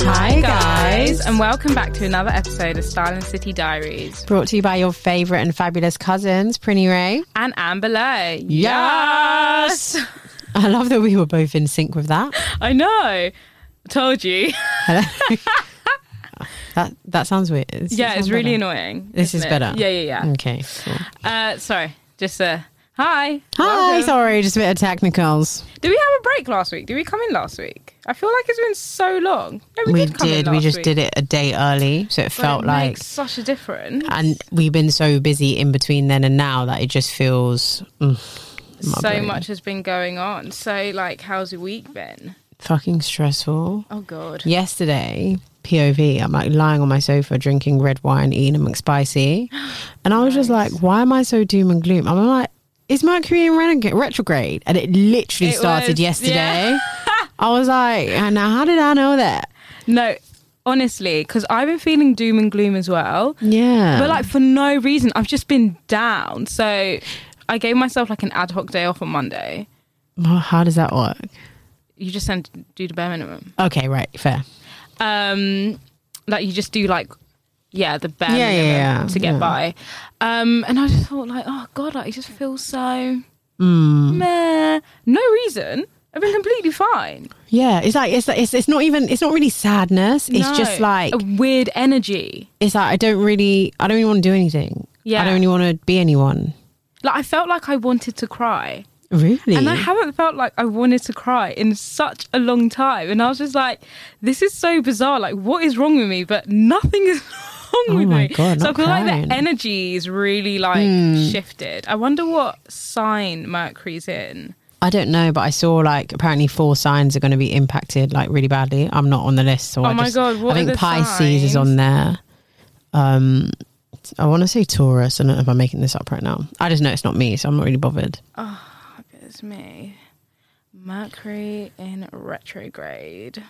Hi, guys, and welcome back to another episode of Style and City Diaries. Brought to you by your favorite and fabulous cousins, Prinny Ray. And Anne Belay. Yes! I love that we were both in sync with that. I know. Told you. That that sounds weird. Does it yeah, it's sound really better? annoying. This is isn't it? better. Yeah, yeah, yeah. Okay. cool. Uh, sorry, just uh, hi. Hi, Welcome. sorry, just a bit of technicals. Did we have a break last week? Did we come in last week? I feel like it's been so long. No, we, We did. Come in did. last We just week, did it a day early, so it but felt it like. makes such a difference. and we've been so busy in between then and now that it just feels mm, my So brain. much has been going on. So, like, how's your week been? fucking stressful. Oh God. yesterday POV, I'm like lying on my sofa drinking red wine, eating a McSpicy. And I was just like, why am I so doom and gloom? I'm like, is Mercury in reneg- retrograde? And it literally It started was- yesterday. yeah. I was like, and how did I know that? No, honestly, because I've been feeling doom and gloom as well. Yeah. But like for no reason, I've just been down. So I gave myself like an ad hoc day off on Monday. Well, how does that work? You just send do the bare minimum. Okay, right, fair. Um, like you just do like yeah the bare Yeah, yeah, minimum yeah, to get yeah. by. Um, and I just thought like oh god, like it just feels so Mm. meh. No reason. I've been completely fine. Yeah, it's like it's like, it's it's not even it's not really sadness. It's No, just like a weird energy. it's like I don't really I don't even want to do anything. Yeah. I don't really want to be anyone. Like I felt like I wanted to cry. Really? And I haven't felt like I wanted to cry in such a long time. And I was just like, this is so bizarre. Like, what is wrong with me? But nothing is wrong with Oh my me. God, so I not feel like crying. Hmm. the energy is really like shifted. I wonder what sign Mercury's in. I don't know, but I saw like apparently four signs are going to be impacted like really badly. I'm not on the list, so Oh I my just, God, what I are think the Pisces signs? is on there. Um, I want to say Taurus. I don't know if I'm making this up right now. I just know it's not me, so I'm not really bothered. It's me. Mercury in retrograde.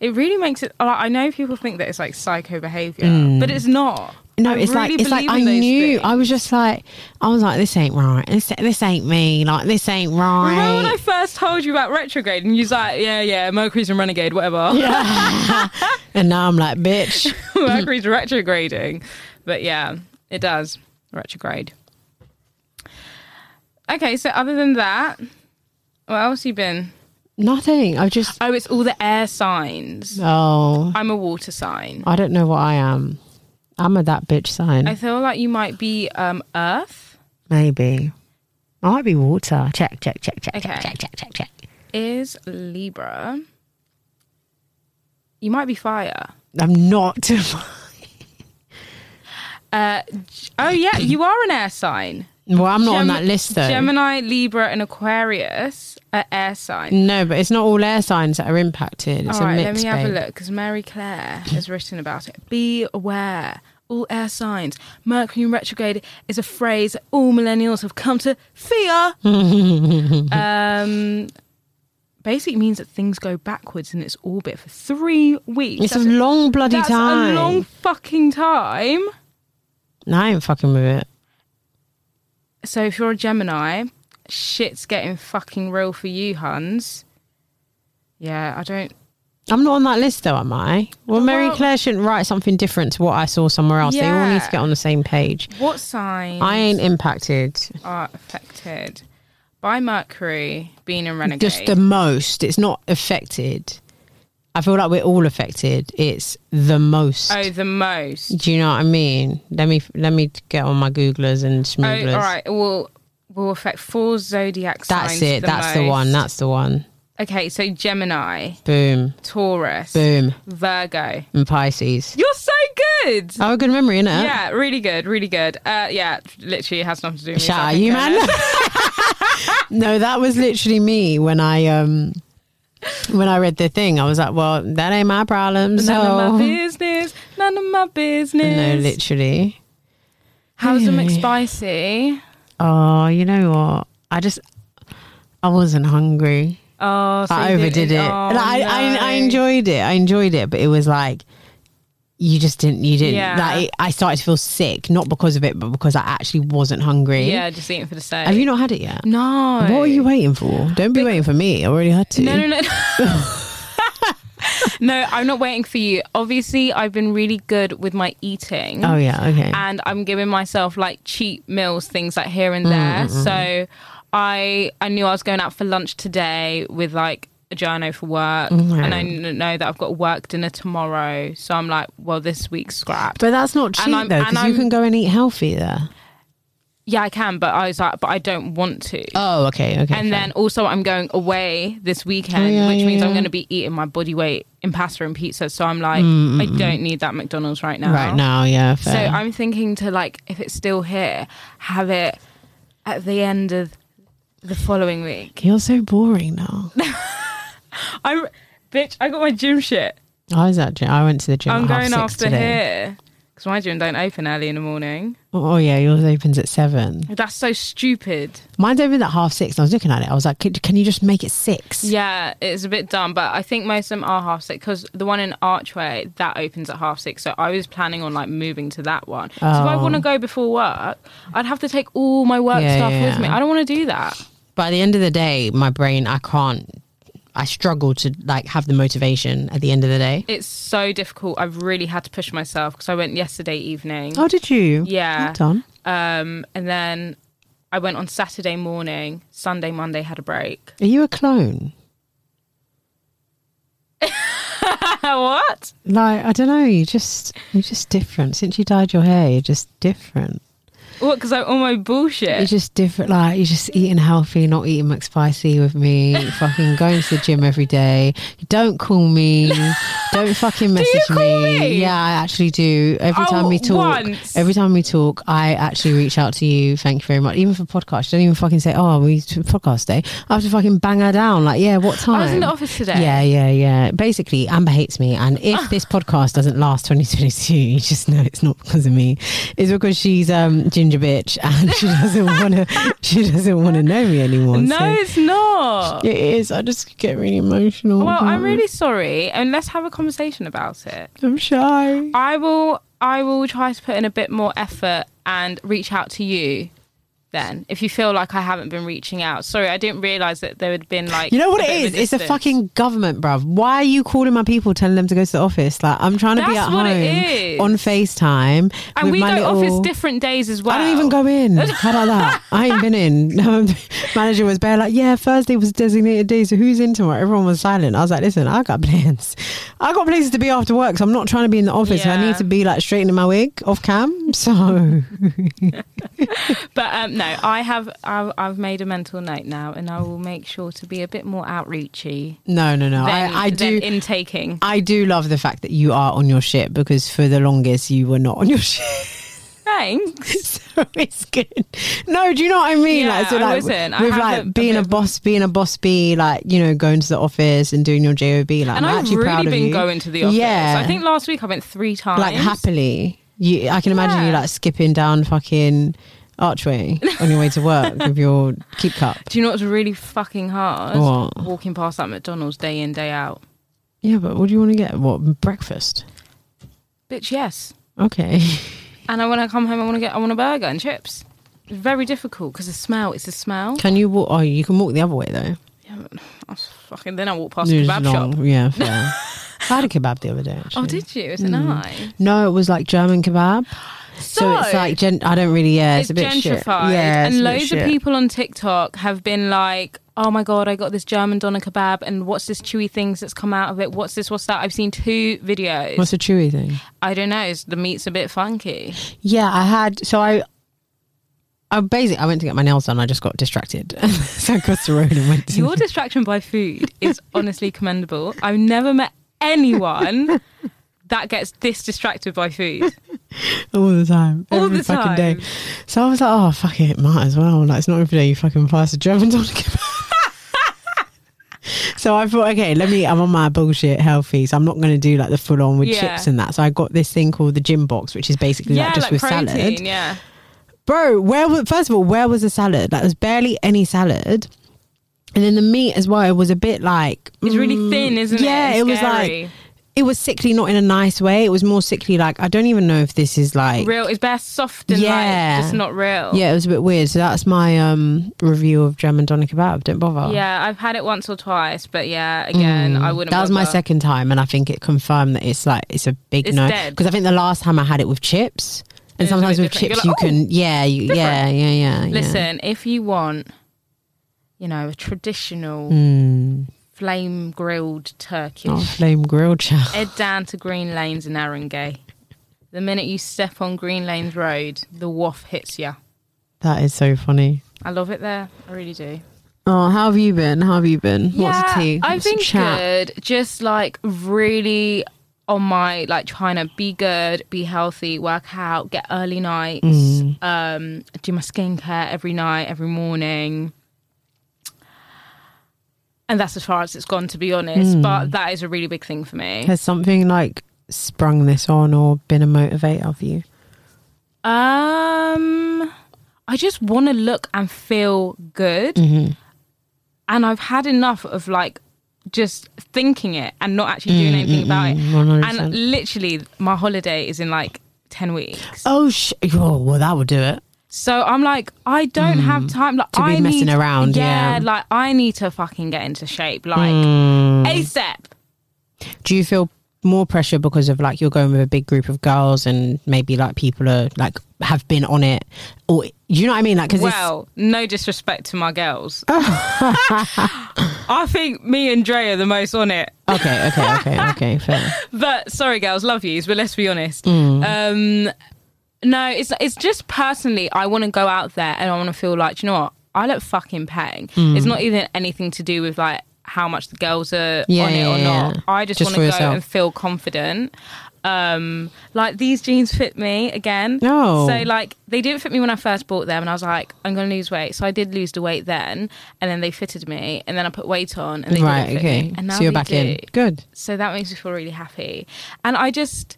It really makes it. Like, I know people think that it's like psycho behavior, but it's not. Hmm. No, I it's really like it's like believe I in those knew. things. I was just like I was like this ain't right. This this ain't me. Like this ain't right. Remember when I first told you about retrograde and you was like, yeah, yeah, Mercury's in renegade, whatever. and now I'm like bitch. Mercury's retrograding. But yeah, it does retrograde. Okay, so other than that, what else you been? Nothing. I've just Oh, it's all the air signs. oh I'm a water sign. I don't know what I am. I'm a that bitch sign. I feel like you might be um Earth. Maybe. I might be water. Check, check, check, check, Okay. check, check, check, check, check. Is Libra. You might be fire. I'm not. Uh, G- oh yeah, you are an air sign. well, I'm not on Gem- that list though. Gemini, Libra, and Aquarius are air signs. no, but it's not all air signs that are impacted. It's All right, a mix. let me have a babe. look because Mary Claire has written about it. Beware. All air signs. Mercury in retrograde is a phrase that all millennials have come to fear. um, basically means that things go backwards in its orbit for three weeks. It's a long bloody that's time. a long fucking time. No, I ain't fucking with it. So if you're a Gemini, shit's getting fucking real for you, Huns. Yeah, I don't. I'm not on that list though, am I? Well, Mary Well- Claire shouldn't write something different to what I saw somewhere else. They all need Yeah. to get on the same page. What sign? I ain't impacted. are affected by Mercury being in Renegade. Just the most. It's not affected. I feel like we're all affected. It's the most. oh, the most. Do you know what I mean? Let me let me get on my Googlers and Oh, all Schmooglers. right. Will will affect four zodiac That's signs. it. the That's the most. one. That's the one. Okay, so Gemini, Boom, Taurus, boom, Virgo. and Pisces. You're so good. Oh, a good memory, innit? Yeah, really good, really good. Uh, yeah, literally it has nothing to do with Shout out yourself, you, in man. fairness. no, that was literally me when I um when I read the thing. I was like, well, that ain't my problem. So None of my business. None of my business. no, literally. How's the McSpicy? Oh, you know what? I just I wasn't hungry. Oh, so I you didn't- overdid it. oh, And I, I no. I enjoyed it. I enjoyed it, but it was like you just didn't you didn't Yeah. like I started to feel sick, not because of it, but because I actually wasn't hungry. Yeah, just eating for the sake. Have you not had it yet? no. What are you waiting for? Don't be waiting for me. I already had to. No, no, no. no, I'm not waiting for you. Obviously, I've been really good with my eating. Oh yeah, Mm, okay. and I'm giving myself like cheap meals, things like here and there. So I I knew I was going out for lunch today with like a journo for work, Oh, and I kn- know that I've got work dinner tomorrow. So I'm like, well, this week's scrapped. But that's not cheap I'm- though, and because you I'm- can go and eat healthy there. yeah, I can, but I was like, but I don't want to. Oh, okay, okay. and then also I'm going away this weekend, Oh, yeah, which yeah, means I'm yeah. Mm, going to be eating my body weight in pasta and pizza. So I'm like, I don't need that McDonald's right now. right now, yeah, So fair. I'm thinking to like, if it's still here, have it at the end of the following week. You're so boring now. I, bitch, I got my gym shit. I was at gym. I went to the gym. I'm at half going six after today. here because my gym don't open early in the morning. Oh yeah, yours opens at seven. That's so stupid. Mine's opened at half six. And I was looking at it. I was like, can, can you just make it six? Yeah, it's a bit dumb, but I think most of them are half six because the one in Archway that opens at half six. So I was planning on like moving to that one. So if I Oh. want to go before work, I'd have to take all my work Yeah, stuff with yeah. me. I don't want to do that. By the end of the day, my brain, I can't. I struggle to like have the motivation at the end of the day. It's so difficult. I've really had to push myself because I went yesterday evening. Oh, did you? Yeah. Well done. Um, and then I went on Saturday morning, Sunday, Monday had a break. Are you a clone? what? Like I don't know. You just you're just different. Since you dyed your hair, you're just different. What? Because I all my bullshit. It's just different. Like you're just eating healthy, not eating McSpicy with me. fucking going to the gym every day. Don't call me. Don't fucking message call me? Yeah, I actually do. Every time Oh, we talk, once. every time we talk, I actually reach out to you. Thank you very much. Even for podcast, you don't even fucking say, "Oh, we to podcast day." I have to fucking bang her down. Like, yeah, what time? I was in the office today. Yeah, yeah, yeah. Basically, Amber hates me, and Ah. if this podcast doesn't last 2022, you just know it's not because of me. It's because she's um ginger bitch, and she doesn't want to. She doesn't want to know me anymore. No, it's not. so. it is. I just get really emotional. Well, about I'm it. really sorry, and let's have a conversation about it. I'm shy. I will. I will try to put in a bit more effort and reach out to you. Then, if you feel like I haven't been reaching out, sorry, I didn't realize that there had been like You know what a it bit is? of It's a distance. fucking government, bruv. Why are you calling my people, telling them to go to the office? Like I'm trying to be That's at what home it is. on Facetime, And with we go my little- office different days as well. I don't even go in. How about that? I ain't been in. Manager was bare like, yeah, Thursday was designated day, so who's in tomorrow? Everyone was silent. I was like, listen, I got plans. I got places to be after work, so I'm not trying to be in the office. And I Yeah. need to be like straightening my wig off cam. So But um, no, I have I've, I've made a mental note now, and I will make sure to be a bit more outreachy no, no, no. than, I, I do. than intaking. I do love the fact that you are on your shit because for the longest you were not on your shit. Thanks. so it's good. No, do you know what I mean? Yeah, like, so I like wasn't. I with had like a- a being bit a, of- boss, being a boss bee, like you know, going to the office and doing your job. Like, I'm And I've actually really proud of been you. going to the office. Yeah, I think last week I went three times. like happily. You, I can imagine you Yeah. like skipping down fucking archway on your way to work with your keep cup. Do you know what's really fucking hard? What? Walking past that McDonald's day in day out. Yeah, but what do you want to get? What breakfast? Bitch, yes. Okay. And I want to come home. I want to get. I want a burger and chips. It's very difficult because the smell. It's the smell. Can you walk? Oh, you can walk the other way though. Yeah, but I was fucking. Then I walked past It's the kebab long. shop. Yeah, fair. I had a kebab the other day. Actually. Oh, did you? Is it Mm. nice? No, it was like German kebab. So, it's like gen- I don't really. Yeah, it's, it's a bit shit. gentrified. Yeah, it's and a bit loads of shit. people on TikTok have been like, "Oh my god, I got this German doner kebab, and what's this chewy things that's come out of it? What's this? What's that?" I've seen two videos. What's a chewy thing? I don't know. It's, the meat's a bit funky. Yeah, I had. So I, I Oh, basically I went to get my nails done. I just got distracted. so I crossed the road and went. To Your distraction by food is honestly commendable. I've never met anyone that gets this distracted by food. all the time, All every the fucking time. day. So I was like, oh fuck it, might as well. Like it's not every day you fucking pass a German tonic. So I thought, okay, let me. I'm on my bullshit healthy, so I'm not going to do like the full on with Yeah. chips and that. So I got this thing called the gym box, which is basically Yeah, like just like with protein. salad. Yeah. It's really thin, isn't mm, yeah it? It's it was scary. like it was sickly not in a nice way it was more sickly like i don't even know if this is like real. It's bare soft and Yeah. like just not real. yeah it was a bit weird so that's my um review of german doner kebab don't bother Yeah, I've had it once or twice, but yeah, again, I wouldn't. Mm, that was my bother. second time and i think it confirmed that it's like it's a big It's no dead. because i think the last time i had it with chips and It's a bit sometimes with different. chips You're like, "Oh, you can yeah you, yeah yeah yeah yeah Listen, if you want, you know, a traditional flame grilled turkey, Mm. oh, flame grilled chow head down to Green Lanes in Arangay. The minute you step on Green Lanes Road, the waff hits you. that is so funny I love it there. I really do. Oh, how have you been? How have you been? What's the tea? I've What's the been chat? good. Just like really on my like trying to be good, be healthy, work out, get early nights, um, do my skincare every night, every morning. And that's as far as it's gone, to be honest. But that is a really big thing for me. Has something like sprung this on or been a motivator for you? Um, I just want to look and feel good, Mm-hmm. and I've had enough of like just thinking it and not actually Mm, doing anything about it. 100%. And literally, my holiday is in like ten weeks, Oh, sh- oh, well, that would do it. so I'm like, I don't have time. Like, Mm, To be I messing need, around, yeah. like I need to fucking get into shape, like Mm. ASAP. Do you feel more pressure because of like you're going with a big group of girls and maybe like people are like have been on it or you know what I mean? Like, because Well, no disrespect to my girls. I think me and Dre are the most on it. okay, okay, okay, okay, fair. but sorry, girls, love yous, but let's be honest. Hmm. Um, no, it's it's just personally, I want to go out there and I want to feel like, do you know what, I look fucking paying. Hmm. It's not even anything to do with like how much the girls are Yeah, on it yeah, or yeah, not. yeah. I just, Just want to for go yourself. and feel confident. Um, like these jeans fit me again. No. so like they didn't fit me when I first bought them, and I was like, I'm gonna lose weight. So I did lose the weight then, and then they fitted me, and then I put weight on, and they Right, didn't fit okay. me. And now So you're they back in. do Good. so that makes me feel really happy and i just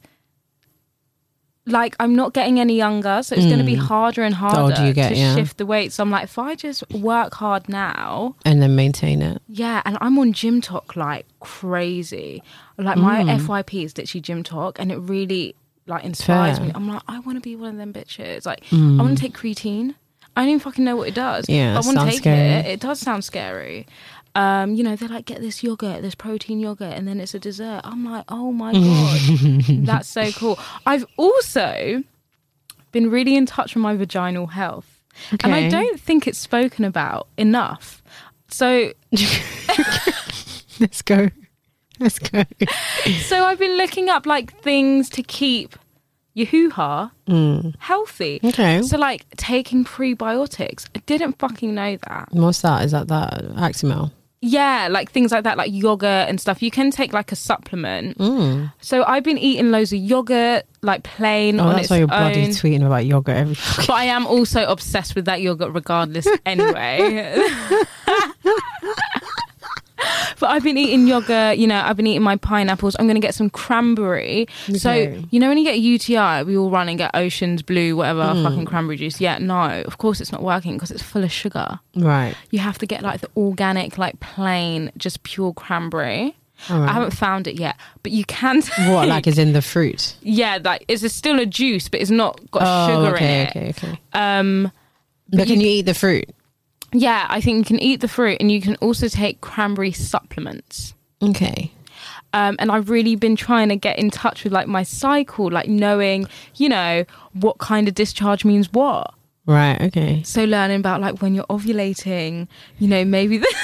like i'm not getting any younger so it's going to be harder and harder Mm. older you get, to yeah. shift the weight so i'm like if i just work hard now And then maintain it. yeah and i'm on gym talk like crazy like my Mm. fyp is literally gym talk and it really like inspires Fair. Mm. me i'm like i want to be one of them bitches like i want to take creatine i don't even fucking know what it does Yeah, but i want to sounds take scary. it it does sound scary um, you know, they're like, get this yogurt, this protein yogurt, and then it's a dessert. I'm like, oh my God, that's so cool. I've also been really in touch with my vaginal health. And I Okay. don't think it's spoken about enough. So, Let's go. Let's go. so I've been looking up like things to keep your hoo ha healthy. Mm. Okay. So, like taking prebiotics. I didn't fucking know that. What's that? Is that that Aximel? Yeah, like things like that, like yogurt and stuff. You can take like a supplement. So I've been eating loads of yogurt, like plain Mm. Oh, on that's its why you're own. bloody tweeting about yoga every but I am also obsessed with that yogurt, regardless. Anyway. But I've been eating yogurt, you know, I've been eating my pineapples. I'm going to get some cranberry. Okay. So, you know, when you get a UTI, we all run and get Ocean's Blue, whatever, Hmm. fucking cranberry juice. Yeah, no, of course it's not working because it's full of sugar Right. you have to get like the organic, like plain, just pure cranberry. I haven't found it yet, but you can. Take, What, like is in the fruit? yeah, like it's a, still a juice, but it's not got sugar Oh, okay, in it. okay, okay. Um, But, can you, eat the fruit? yeah, I think you can eat the fruit, and you can also take cranberry supplements. Okay. Um, and I've really been trying to get in touch with like my cycle, like knowing, you know, what kind of discharge means what. Right, okay. So learning about like when you're ovulating, you know, maybe the.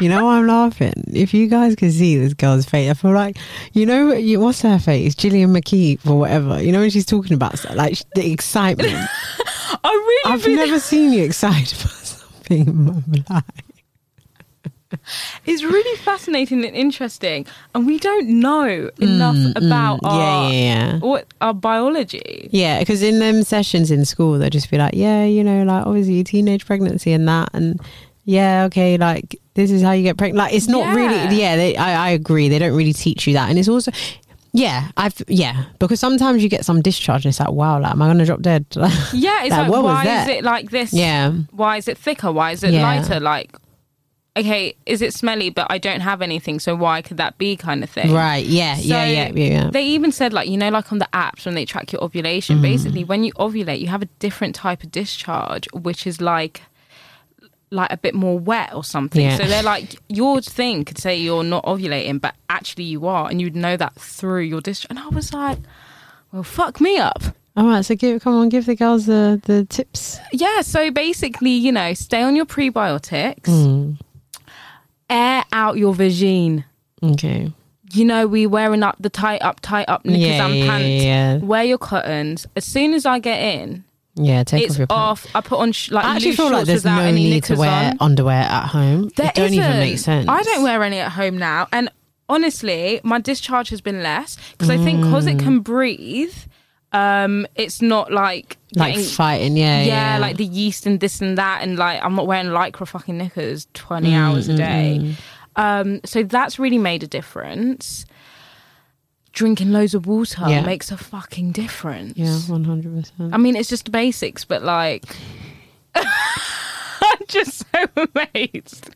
You know why I'm laughing? If you guys could see this girl's face, I feel like, you know, you, what's her face? Gillian McKeep or whatever. You know when she's talking about stuff, like the excitement. I really I've been- never seen you excited about something in my life. It's really fascinating and interesting, and we don't know enough about our Mm, yeah, yeah, yeah. what our biology. Yeah, because in them sessions in school, they'll just be like, yeah, you know, like obviously teenage pregnancy and that, and yeah, okay, like this is how you get pregnant. Like it's not Yeah. really, yeah, they, I, I agree. They don't really teach you that, and it's also. Yeah, I've yeah because sometimes you get some discharge and it's like wow, like am I gonna drop dead? Yeah, it's like, what was why is that? it like this? Yeah, Why is it thicker? Why is it Yeah. lighter? Like, okay, is it smelly? But I don't have anything, so why could that be? Kind of thing. right. Yeah, So yeah, yeah, yeah, yeah. They even said, like, you know, like on the apps when they track your Mm. ovulation, basically, when you ovulate, you have a different type of discharge, which is like, like a bit more wet or something. Yeah. So they're like, your thing could say you're not ovulating, but actually you are, and you'd know that through your discharge. And I was like, well, fuck me up. All right, so give come on, give the girls the the tips. Yeah. So basically, you know, stay on your prebiotics, Mm. air out your vagine. Okay. you know, we wearing up the tight up, tight up knickers Yeah, and yeah, pants. yeah, yeah. Wear your cottons. As soon as I get in, Yeah, take off it's your pants. off. I put on sh- like I actually loose feel like shorts there's without no any need to knickers wear on. underwear at home. There it don't even make isn't. sense. I don't wear any at home now, and honestly, my discharge has been less because I think because Mm. it can breathe, um, it's not like like getting- fighting. Yeah, yeah, yeah, like the yeast and this and that, and like I'm not wearing lycra fucking knickers 20 Mm, hours a day. Um, so that's really made a difference. Drinking loads of water Yeah. makes a fucking difference. yeah, one hundred percent. I mean, it's just the basics, but like, I'm just so amazed.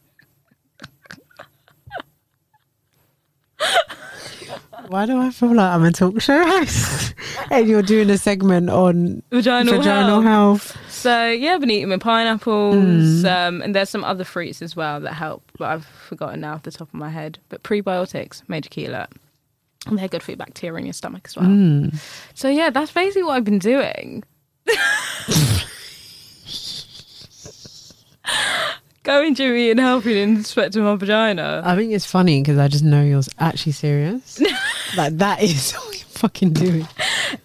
Why do I feel like I'm a talk show host and you're doing a segment on Vaginal, vaginal health. health? So yeah, I've been eating my pineapples, um, and there's some other fruits as well that help, but I've forgotten now off the top of my head. But prebiotics, major key alert. And they're good for your bacteria in your stomach as well. So yeah, that's basically what I've been doing. Going Jimmy and helping in respect to my vagina. I think it's funny because I just know you're actually serious. like that is what you're fucking doing.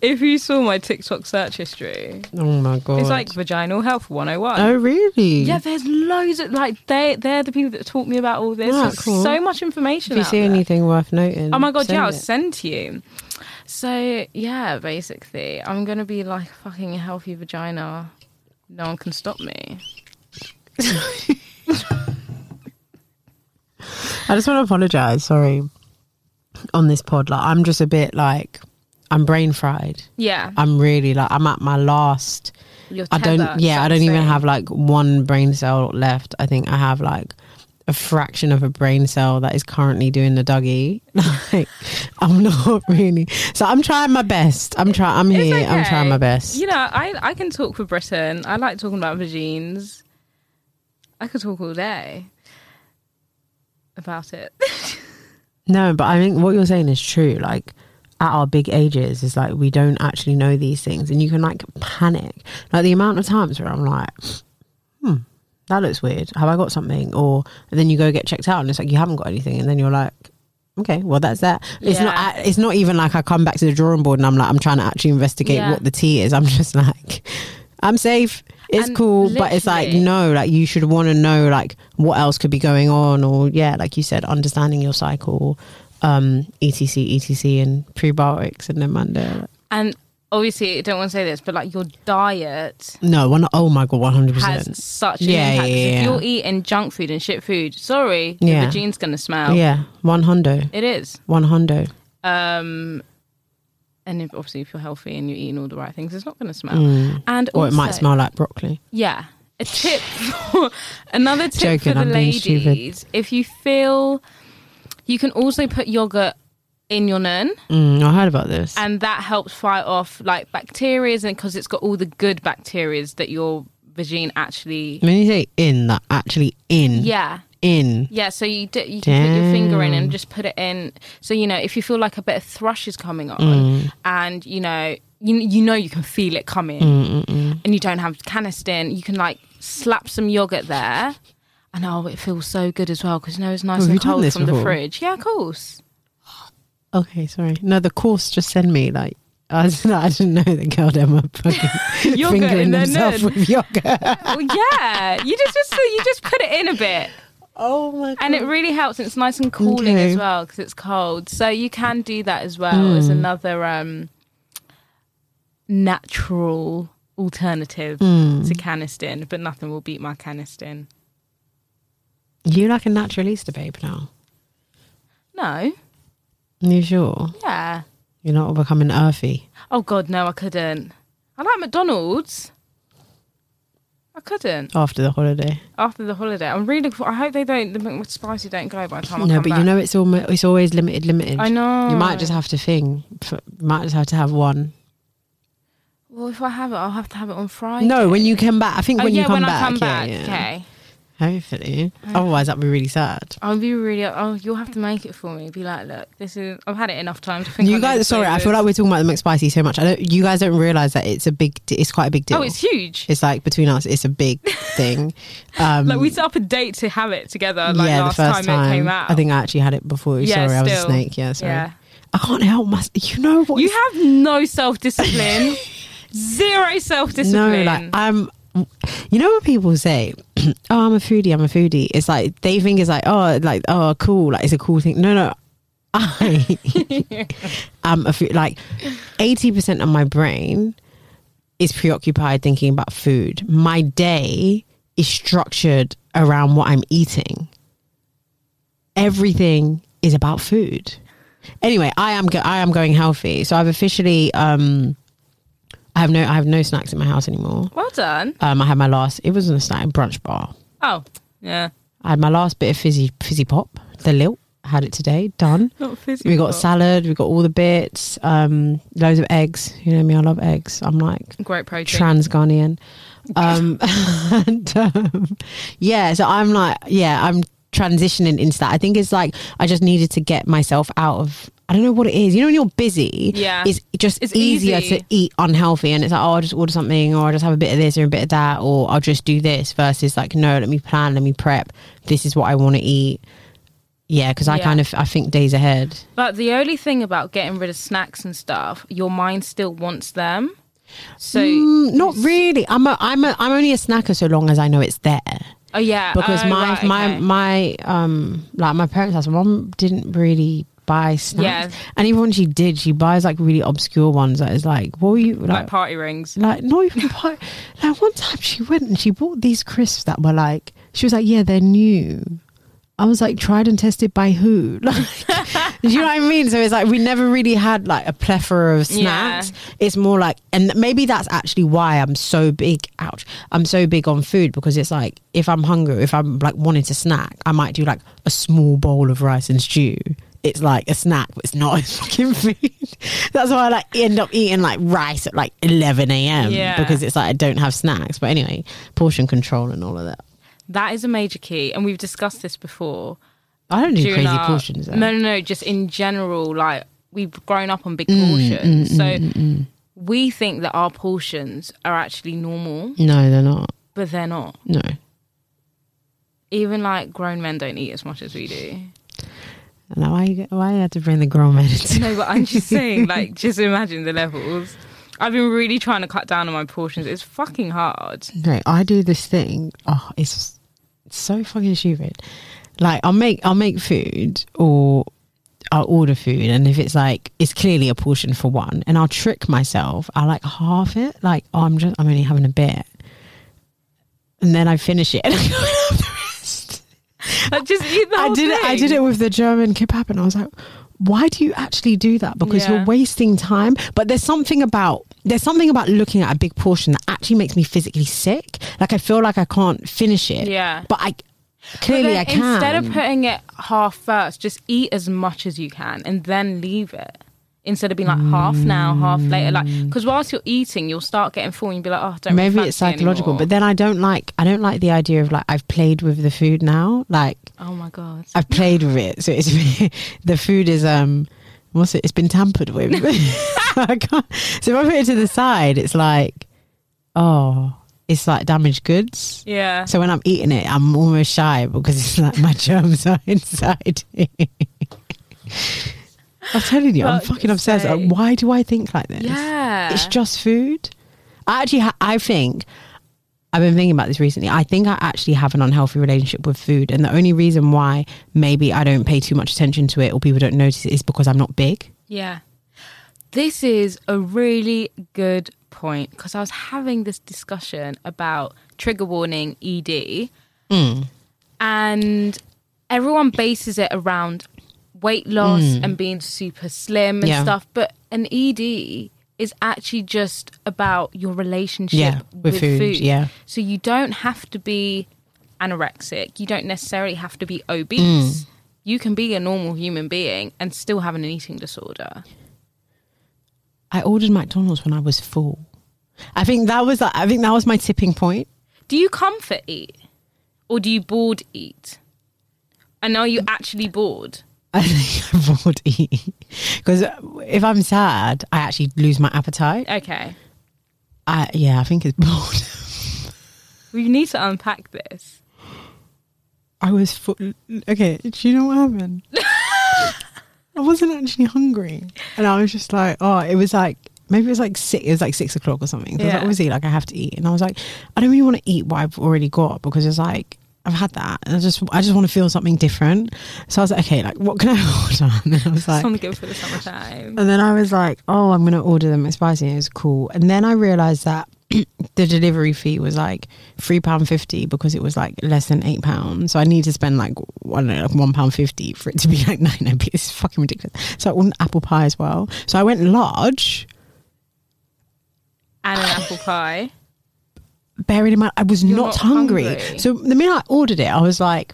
If you saw my TikTok search history, Oh my god! it's like vaginal health 101. oh really? Yeah, there's loads of like they they're the people that taught me about all this. Ah, There's cool. so much information. If you out see there. anything worth noting, Oh my god, yeah, I'll send it. send to you. So yeah, basically, I'm gonna be like a fucking healthy vagina. No one can stop me. I just want to apologize. Sorry, on this pod, like I'm just a bit like I'm brain fried. Yeah, I'm really like I'm at my last. you're I don't. tethered, Yeah, I so don't to even say. have like one brain cell left. I think I have like a fraction of a brain cell that is currently doing the doggy. Like I'm not really. So I'm trying my best. I'm trying. I'm It's here. I'm okay. trying my best. You know, I I can talk for Britain. I like talking about vagines. I could talk all day about it. No, but I think what you're saying is true. Like at our big ages, is like we don't actually know these things, and you can like panic. Like the amount of times where I'm like, hmm, that looks weird. Have I got something? Or and then you go get checked out, and it's like you haven't got anything, and then you're like. Okay, well that's that. It's not. Yeah. I- It's not even like I come back to the drawing board and I'm like I'm trying to actually investigate Yeah. what the tea is. I'm just like, I'm safe. It's And cool, but it's like literally- no, like you should want to know like what else could be going on, or yeah, like you said, understanding your cycle, um, etc, etc, and prebiotics and then Monday. and obviously, I don't want to say this, but like your diet No, one oh my god, one hundred percent. has such an Yeah, impact. 'Cause yeah, If yeah. you're eating junk food and shit food, sorry, your Yeah. vagine's gonna smell. Yeah, one hundo, It is. one hundo. Um, and if, obviously, if you're healthy and you're eating all the right things, it's not gonna smell. And Mm. Or it might also- smell like broccoli. Yeah. A tip for another tip Joking, for the I'm being stupid. ladies. If you feel, you can also put yogurt in your nun. Mm, I heard about this. and that helps fight off like bacterias and because it's got all the good bacterias that your vagina actually when you say in, that actually in, yeah in. yeah so you do, you can put your Damn. finger in and just put it in so you know if you feel like a bit of thrush is coming on Mm. and you know you, you know you can feel it coming Mm, and you don't have caniston you can like slap some yogurt there and oh it feels so good as well because you know it's Oh, nice Have you and done cold this from the before? fridge yeah of course Okay, sorry. No, the course just send me like I, was, I didn't know that girl them were fucking Yogurt fingering in their themselves nun. with yogurt. Well, yeah, you just just you just put it in a bit, oh my god! and it really helps. It's nice and cooling Okay. as well because it's cold. So you can do that as well Hmm. as another um, natural alternative Hmm. to caniston, but nothing will beat my caniston. you like a natural Easter babe now. No, You sure yeah. you're not becoming earthy? Oh God, no, I couldn't. I like McDonald's. I couldn't after the holiday. after the holiday. I'm really. I hope they don't. The McSpicy don't go by the time I no, come but back. you know it's almost, it's always limited, limited. I know. You might just have to thing. f- You might just have to have one. Well, if I have it, I'll have to have it on Friday. No, when you come back. I think Oh, when yeah, you come when back. I come yeah, back. yeah. Okay. Hopefully. Otherwise, that'd be really sad. I'll be really. Oh, you'll have to make it for me. Be like, look, this is. I've had it enough times. I think I You know the guys, sorry, I feel flavours." like we're talking about the McSpicy so much. I don't. You guys don't realize that it's a big. d- It's quite a big deal. Oh, it's huge. It's like between us, it's a big thing. Um, like we set up a date to have it together. Like yeah, last the first time, it came out. I think I actually had it before. Yeah, sorry, I was a still. snake. Yeah, sorry. Yeah. I can't help my. You know what? You is- have no self discipline. Zero self No, discipline. like I'm. You know what people say? oh, I'm a foodie. I'm a foodie. It's like they think it's like oh, like oh, cool. Like it's a cool thing. No, no. I am a food. Like eighty percent of my brain is preoccupied thinking about food. My day is structured around what I'm eating. Everything is about food. Anyway, I am go- I am going healthy. So I've officially um I have no I have no snacks in my house anymore. well done. Um, I had my last. It wasn't a snack. a Brunch bar. Oh, yeah. I had my last bit of fizzy fizzy pop. The lilt. I Had it today. Done. Not physical. We got salad. We got all the bits. Um, loads of eggs. You know me. I love eggs. I'm like great protein. trans Ghanaian. Um, and, um, yeah. So I'm like, yeah. I'm transitioning into that. I think it's like I just needed to get myself out of. I don't know what it is. You know, when you're busy, Yeah. it's just It's easier easy. to eat unhealthy and it's like, oh, I'll just order something or I'll just have a bit of this or a bit of that or I'll just do this versus like, no, let me plan, let me prep. This is what I want to eat. Yeah, because I Yeah. kind of I think days ahead. But the only thing about getting rid of snacks and stuff, your mind still wants them. So, Mm, not really. I'm a, I'm a, I'm only a snacker so long as I know it's there. oh yeah, Because Oh, my right, okay. my my um like my parents' house, my mom didn't really buy snacks, Yeah. and even when she did, she buys like really obscure ones that is like, what were you like? like party rings. like not even buy like one time she went and she bought these crisps that were like she was like yeah they're new i was like tried and tested by who like do you know what i mean so it's like we never really had like a plethora of snacks it's more like and maybe that's actually why i'm so big ouch i'm so big on food because it's like if i'm hungry if i'm like wanting to snack i might do like a small bowl of rice and stew it's like a snack, but it's not it's fucking food. That's why I like end up eating like rice at like eleven a.m. Yeah. because it's like I don't have snacks. But anyway, portion control and all of that. That is a major key, and we've discussed this before. I don't do during crazy our- portions. Though. No, no, no. Just in general, like we've grown up on big Mm, portions, so we think that our portions are actually normal, no, they're not. but they're not. No, Even like grown men don't eat as much as we do. now why you, why you had to bring the grown man into? No, but I'm just saying, like, just imagine the levels. I've been really trying to cut down on my portions. It's fucking hard. No, I do this thing. Oh, it's so fucking stupid. Like I'll make I'll make food or I'll order food, and if it's like it's clearly a portion for one, and I'll trick myself. I like half it. Like oh, I'm just I'm only having a bit, and then I finish it. And I go have the rest. Like, just eat the I whole did it. I thing. did it with the German kebab, and I was like, "Why do you actually do that? Because Yeah. you're wasting time." But there's something about there's something about looking at a big portion that actually makes me physically sick. Like I feel like I can't finish it. Yeah. but I But clearly then I can. Instead of putting it half first, just eat as much as you can and then leave it. Instead of being like half now, half later, like because whilst you're eating, you'll start getting full and you'll be like, oh, I don't. really Mm. Maybe it's fancy psychological, anymore. but then I don't like I don't like the idea of like I've played with the food now. Like oh my god, I've played with it, so it's the food is um what's it? It's been tampered with. I can't, so if I put it to the side, it's like oh, it's like damaged goods. yeah, So when I'm eating it, I'm almost shy because it's like my germs are inside. I'm telling you, I'm Fuck's fucking obsessed. Like, sake. why do I think like this? Yeah. It's just food. I actually, ha- I think, I've been thinking about this recently. I think I actually have an unhealthy relationship with food. And the only reason why maybe I don't pay too much attention to it or people don't notice it is because I'm not big. Yeah. This is a really good point because I was having this discussion about trigger warning ED and everyone bases it around weight loss and being super slim and Yeah. stuff. But an ED is actually just about your relationship Yeah, with with, food, food. yeah. So you don't have to be anorexic, you don't necessarily have to be obese. Mm. You can be a normal human being and still have an eating disorder. I ordered McDonald's when I was full. I think that was, I think that was my tipping point. Do you comfort eat or do you bored eat? And are you actually bored? I think I'm bored eating. Because if I'm sad, I actually lose my appetite. Okay. I, yeah, I think it's bored. We need to unpack this. I was full. Okay, do you know what happened? I wasn't actually hungry, and I was just like, oh, it was like maybe it was like six. It was like six o'clock or something. So I was like, Yeah. obviously, like I have to eat, and I was like, I don't really want to eat what I've already got because it's like I've had that, and I just I just want to feel something different. So I was like, okay, like what can I order? And then I was like, Something good for the summertime. and then I was like, oh, I'm going to order them at Spicy. And it was cool. And then I realized that the delivery fee was like £3.50 because it was like less than £8. So I need to spend like, I don't know, like £1.50 for it to be like 9 It's fucking ridiculous. So I ordered apple pie as well. So I went large, And an apple pie. bearing in mind I was not, not hungry. hungry. So the minute I ordered it, I was like,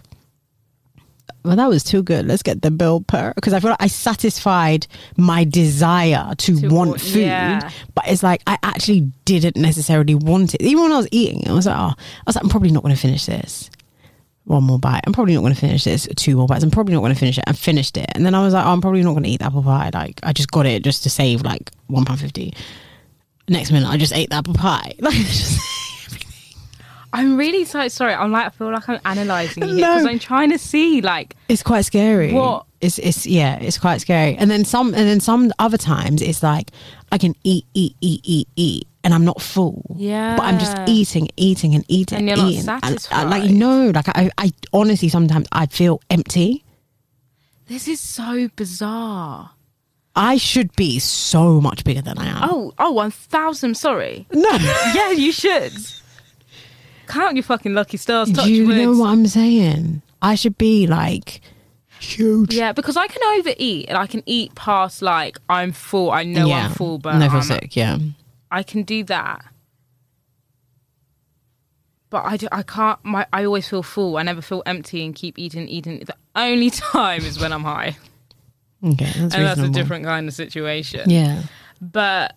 well, that was too good. Let's get the bill per because I feel like I satisfied my desire to, To want want- food, yeah. but it's like I actually didn't necessarily want it. Even when I was eating, I was like, oh, I was like, I'm probably not going to finish this. One more bite. I'm probably not going to finish this. Two more bites. I'm probably not going to finish it. I finished it, and then I was like, oh, I'm probably not going to eat the apple pie. Like I just got it just to save like one pound fifty. Next minute, I just ate the apple pie. Like it's just I'm really so sorry. I'm like I feel like I'm analysing you No. because I'm trying to see like It's quite scary. What? It's it's yeah, it's quite scary. And then some and then some other times it's like I can eat, eat, eat, eat, eat, and I'm not full. Yeah. But I'm just eating, eating and eating. And you're not eating. I- I, satisfied. like no, like I, I honestly sometimes I feel empty. this is so bizarre. I should be so much bigger than I am. Oh, oh, one thousand. Sorry. no. Yeah, you should. Count your fucking lucky stars. Touch you know woods. what I'm saying? I should be like huge. Yeah, because I can overeat and I can eat past like I'm full. I know I'm full, but never I'm- sick, yeah. I can do that. But I, do, I can't. My I always feel full. I never feel empty and keep eating, eating. The only time is when I'm high, Okay, that's and that's a reasonable. different kind of situation. Yeah. But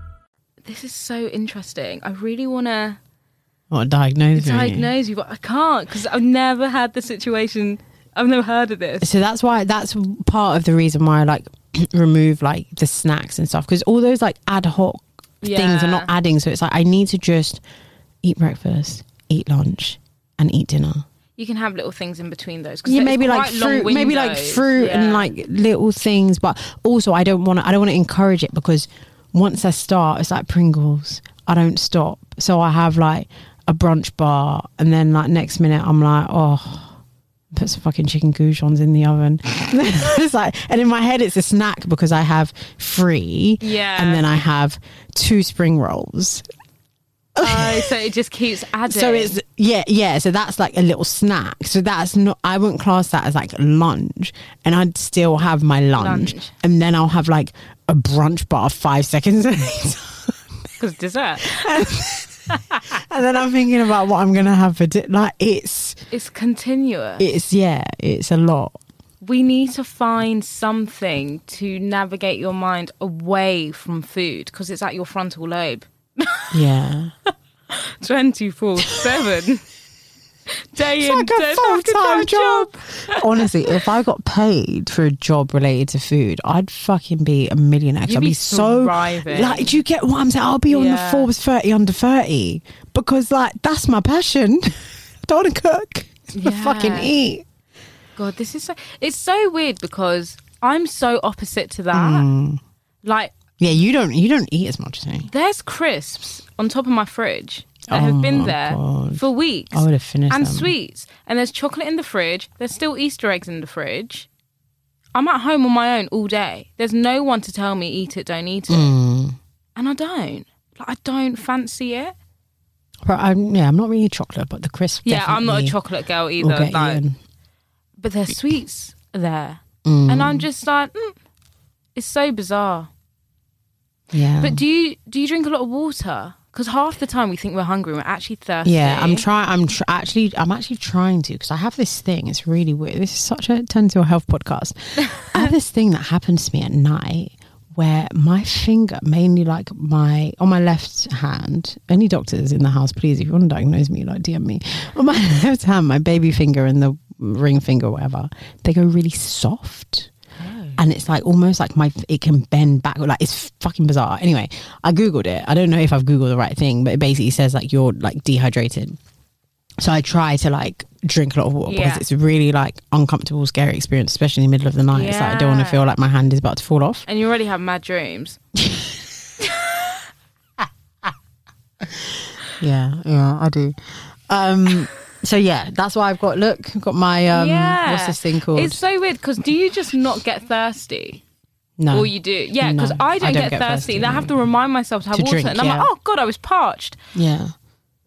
this is so interesting. I really want to What diagnosing? diagnose you, but I can't because I've never had the situation. I've never heard of this. so that's why that's part of the reason why I like remove like the snacks and stuff because all those like ad hoc things are not Yeah. adding. So it's like I need to just eat breakfast, eat lunch, and eat dinner. You can have little things in between those. 'cause Yeah, it's maybe like quite long fruit, maybe like windows. fruit and Yeah. like little things. But also, I don't want to. I don't want to encourage it because once I start, it's like Pringles. I don't stop. So I have like a brunch bar, and then like next minute, I'm like, oh. Put some fucking chicken goujons in the oven. it's like, and in my head, it's a snack because I have three, Yeah. and then I have two spring rolls. Oh, so it just keeps adding. So it's yeah, yeah. So that's like a little snack. So that's not. I wouldn't class that as like lunch, and I'd still have my lunch, Lunch. and then I'll have like a brunch bar five seconds later, because dessert. and then I'm thinking about what I'm gonna have for dinner. Like it's, It's continuous. it's yeah, it's a lot. we need to find something to navigate your mind away from food because it's at your frontal lobe Yeah. 24 7. Day in, like day a out, full time full-time job. Honestly, if I got paid for a job related to food, I'd fucking be a millionaire. 'cause You'd I'd be be, so thriving. like, do you get what I'm saying? I'll be on Yeah. the Forbes 30 under 30 because like that's my passion. I don't want to cook. Yeah. I fucking eat. God, this is so. It's so weird because I'm so opposite to that. Mm. Like, Yeah, you don't you don't eat as much eh? as me. there's crisps on top of my fridge that have been there for weeks. Oh I would have finished And them. sweets. And there's chocolate in the fridge. There's still Easter eggs in the fridge. I'm at home on my own all day. There's no one to tell me, eat it, don't eat it. Mm. And I don't. Like, I don't fancy it. But I'm yeah, I'm not really chocolate, but the crisp. Yeah, I'm not a definitely chocolate girl will either. get you Like, in. but there's sweets there. And I'm just like, mm. it's so bizarre. yeah. But do you do you drink a lot of water? Because half the time we think we're hungry, we're actually thirsty. Yeah, I'm trying. I'm tr- actually. I'm actually trying to because I have this thing. It's really weird. This is such a turn to a health podcast. I have this thing that happens to me at night where my finger, mainly like my on my left hand. Any doctors in the house, please, if you want to diagnose me, like DM me. On my left hand, my baby finger and the ring finger, whatever, they go really soft. And it's like almost like my it can bend back like it's fucking bizarre. Anyway, I googled it. I don't know if I've googled the right thing, but it basically says like you're like dehydrated. So I try to like drink a lot of water Yeah. because it's a really like uncomfortable, scary experience, especially in the middle of the night. It's like I don't want Yeah. to feel like my hand is about to fall off. and you already have mad dreams. Yeah, yeah, I do. Um, so yeah, that's why I've got look, I've got my um, yeah, what's this thing called? It's so weird because do you just not get thirsty, no, or you do? Yeah, because Uh, No, I, don't get, thirsty, and I have to remind myself to have To water, drink, and I'm yeah. like, oh god, I was parched, yeah,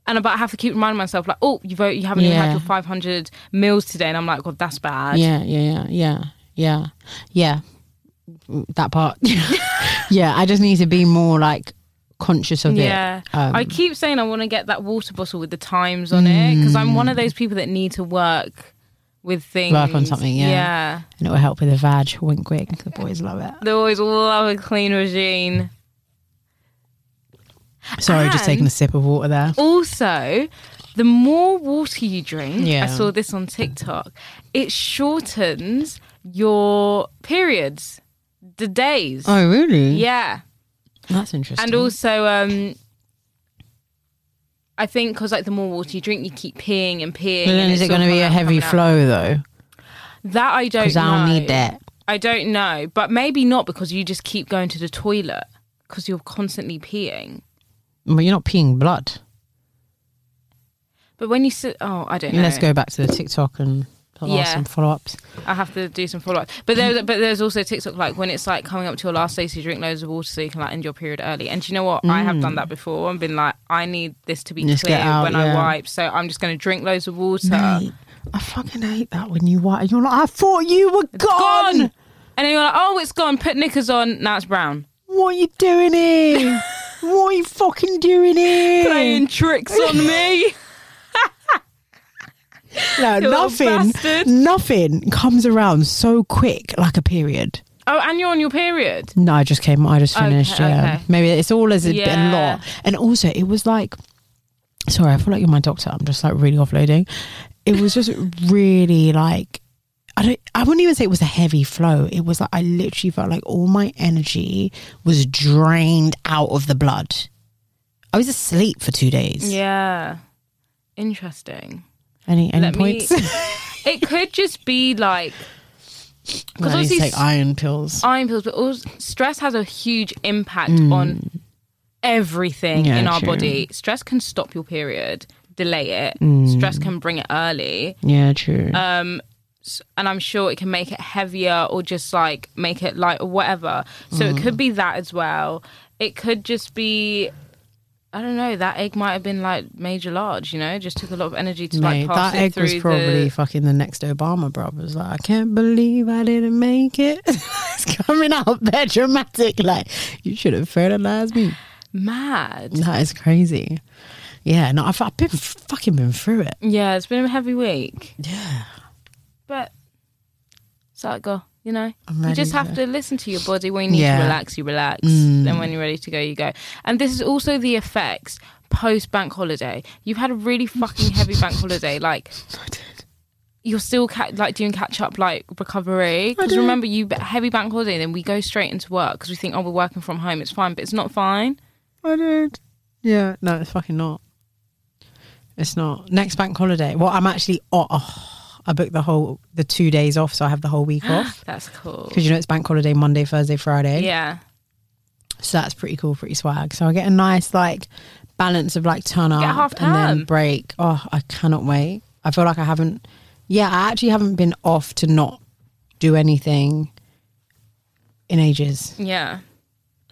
and about I have to keep reminding myself like, oh, you vote, you haven't even had Yeah. your 500 meals today, and I'm like, god, that's bad. yeah, yeah, yeah, yeah, yeah, yeah. That part. yeah, I just need to be more like conscious of Yeah, it. Um, I keep saying I want to get that water bottle with the times on it because I'm one of those people that need to work with things. Mm. Work on something, yeah. yeah. and it will help with the vag. Wink, wink. The boys love it. They always love a clean regime. Sorry, just taking a And- sip of water there. Also, the more water you drink, I Yeah. saw this on TikTok, it shortens your periods, the days. Oh, really? Yeah. that's interesting. And also, um, I think because like the more water you drink, you keep peeing and peeing. But then and is it's it going to all be coming a out, heavy coming out. flow though? That I don't Because know. I'll need that. I don't know, but maybe not because you just keep going to the toilet because you're constantly peeing. Well, you're not peeing blood. But when you sit, oh, I don't know. Let's go back to the TikTok and ask Yeah. some follow ups. I have to do some follow up. But there's but there's also TikTok like when it's like coming up to your last day, so you drink loads of water so you can like end your period early. And do you know what? I have done that before and been like, I need this to be Mm. Just clear get out, when I yeah. wipe, so I'm just going to drink loads of water. I fucking hate that when you are. You're like, I thought you were Gone. gone. And then you're like, oh, it's gone. Put knickers on. Now it's brown. What are you doing here? what are you fucking doing here? Playing tricks on me. no, little nothing. bastard. Nothing comes around so quick like a period. Oh, and you're on your period. No, I just came. I just Okay, finished. yeah, okay. maybe it's all as a, Yeah. a lot. And also, it was like, sorry, I feel like you're my doctor. I'm just like really offloading. It was just really like. I don't. I wouldn't even say it was a heavy flow. It was like I literally felt like all my energy was drained out of the blood. I was asleep for two days. Yeah. Interesting. Any any Let me- points? It could just be like I because need to obviously take iron pills. iron pills, but also stress has a huge impact on everything Mm. Yeah, in our true. body. Stress can stop your period, delay it. Mm. Stress can bring it early, yeah, true. S- and I'm sure it can make it heavier or just like make it light or whatever. So it Mm. could be that as well. It could just be. I don't know. That egg might have been like major large, you know. It just took a lot of energy to Mate, like pass that it egg through was probably the fucking the next Obama brothers. Like, I can't believe I didn't make it. it's coming out there dramatic. Like, you should have fertilized me. mad. That is crazy. Yeah, no, I've, I've been fucking been through it. Yeah, it's been a heavy week. Yeah, But It's like, go, you know, you ready just have to Mm. listen to your body. When you need Yeah. to relax, you relax. And when you're ready to go, you go. And this is also the effects post bank holiday. You've had a really fucking heavy bank holiday. Like, you're still ca- like doing catch up, like recovery. Because remember, you heavy bank holiday, then we go straight into work because we think, oh, we're working from home. It's fine, but it's not fine. I did. Yeah. No, it's fucking not. It's not. Next bank holiday. Well, I'm actually. Oh, oh, I booked the whole the two days off, so I have the whole week off That's cool. because you know it's bank holiday Monday, Thursday, Friday. Yeah. So that's pretty cool, pretty swag. So I get a nice like balance of like turn Get up half and then term. break. Oh, I cannot wait. I feel like I haven't. Yeah, I actually haven't been off to not do anything in ages Yeah.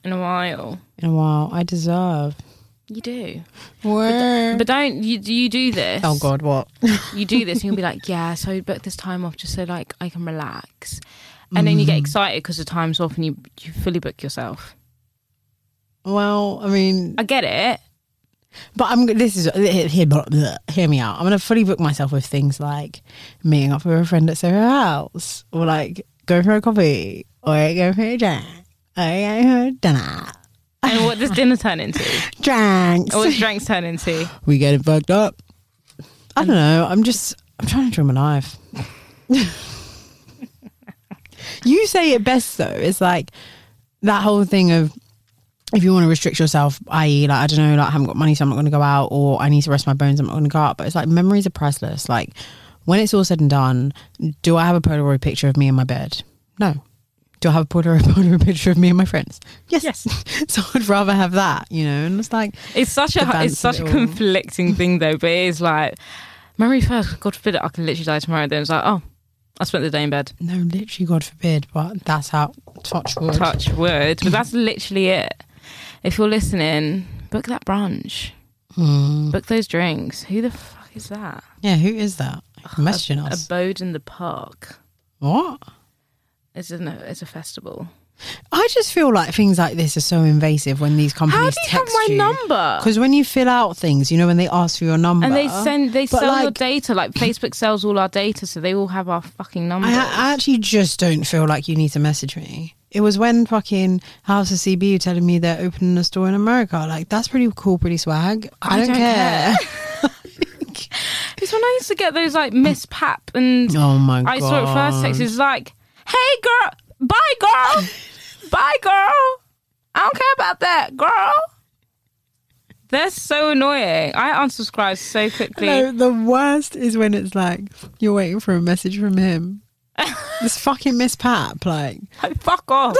In a while. in a while. I deserve. You do. Word. But don't you you do this? Uh. oh God, what? You do this and you'll be like, yeah, so I booked this time off just so like I can relax. And then you Mm. get excited because the time's off and you you fully book yourself. well, I mean, I get it. But I'm. This is hear, hear me out. I'm gonna fully book myself with things like meeting up with a friend at Soho House, or like going for a coffee, or going for a drink, or going for a dinner. And what does dinner turn into? Drinks. Or what does drinks turn into? We getting fucked up. I don't know. I'm just. I'm trying to enjoy my life. you say it best though. It's like that whole thing of if you want to restrict yourself, i.e., like I don't know, like I haven't got money, so I'm not going to go out, or I need to rest my bones, I'm not going to go out. But it's like memories are priceless. Like when it's all said and done, do I have a Polaroid picture of me in my bed? No. Do I have a Polaroid, Polaroid picture of me and my friends? Yes. so I'd rather have that, you know. And it's like It's such The a balance it's of such a it all. conflicting thing though, but it is like memory first, God forbid I can literally die tomorrow. Then it's like, oh, I spent the day in bed. no, literally, God forbid. But that's how touch wood. Touch wood. But that's literally it. If you're listening, book that brunch. Hmm. Book those drinks. Who the fuck is that? Yeah, who is that? Messaging us. Abode in the Park. what? It's a, it's a festival. I just feel like things like this are so invasive when these companies How do you have text my you. number? Because when you fill out things, you know, when they ask for your number, and they send they But, sell your like, data. Like Facebook sells all our data, so they all have our fucking numbers. I, I actually just don't feel like you need to message me. It was when fucking House of CB were telling me they're opening a store in America. Like that's pretty cool, pretty swag. I, don't, don't care. Because when I used to get those like Miss Pap and Oh my I saw it first text. It's like, hey girl, bye girl, bye girl. I don't care about that girl. They're so annoying. I unsubscribed so quickly. No, the worst is when it's like you're waiting for a message from him. this fucking Miss Pap, like Like, fuck off.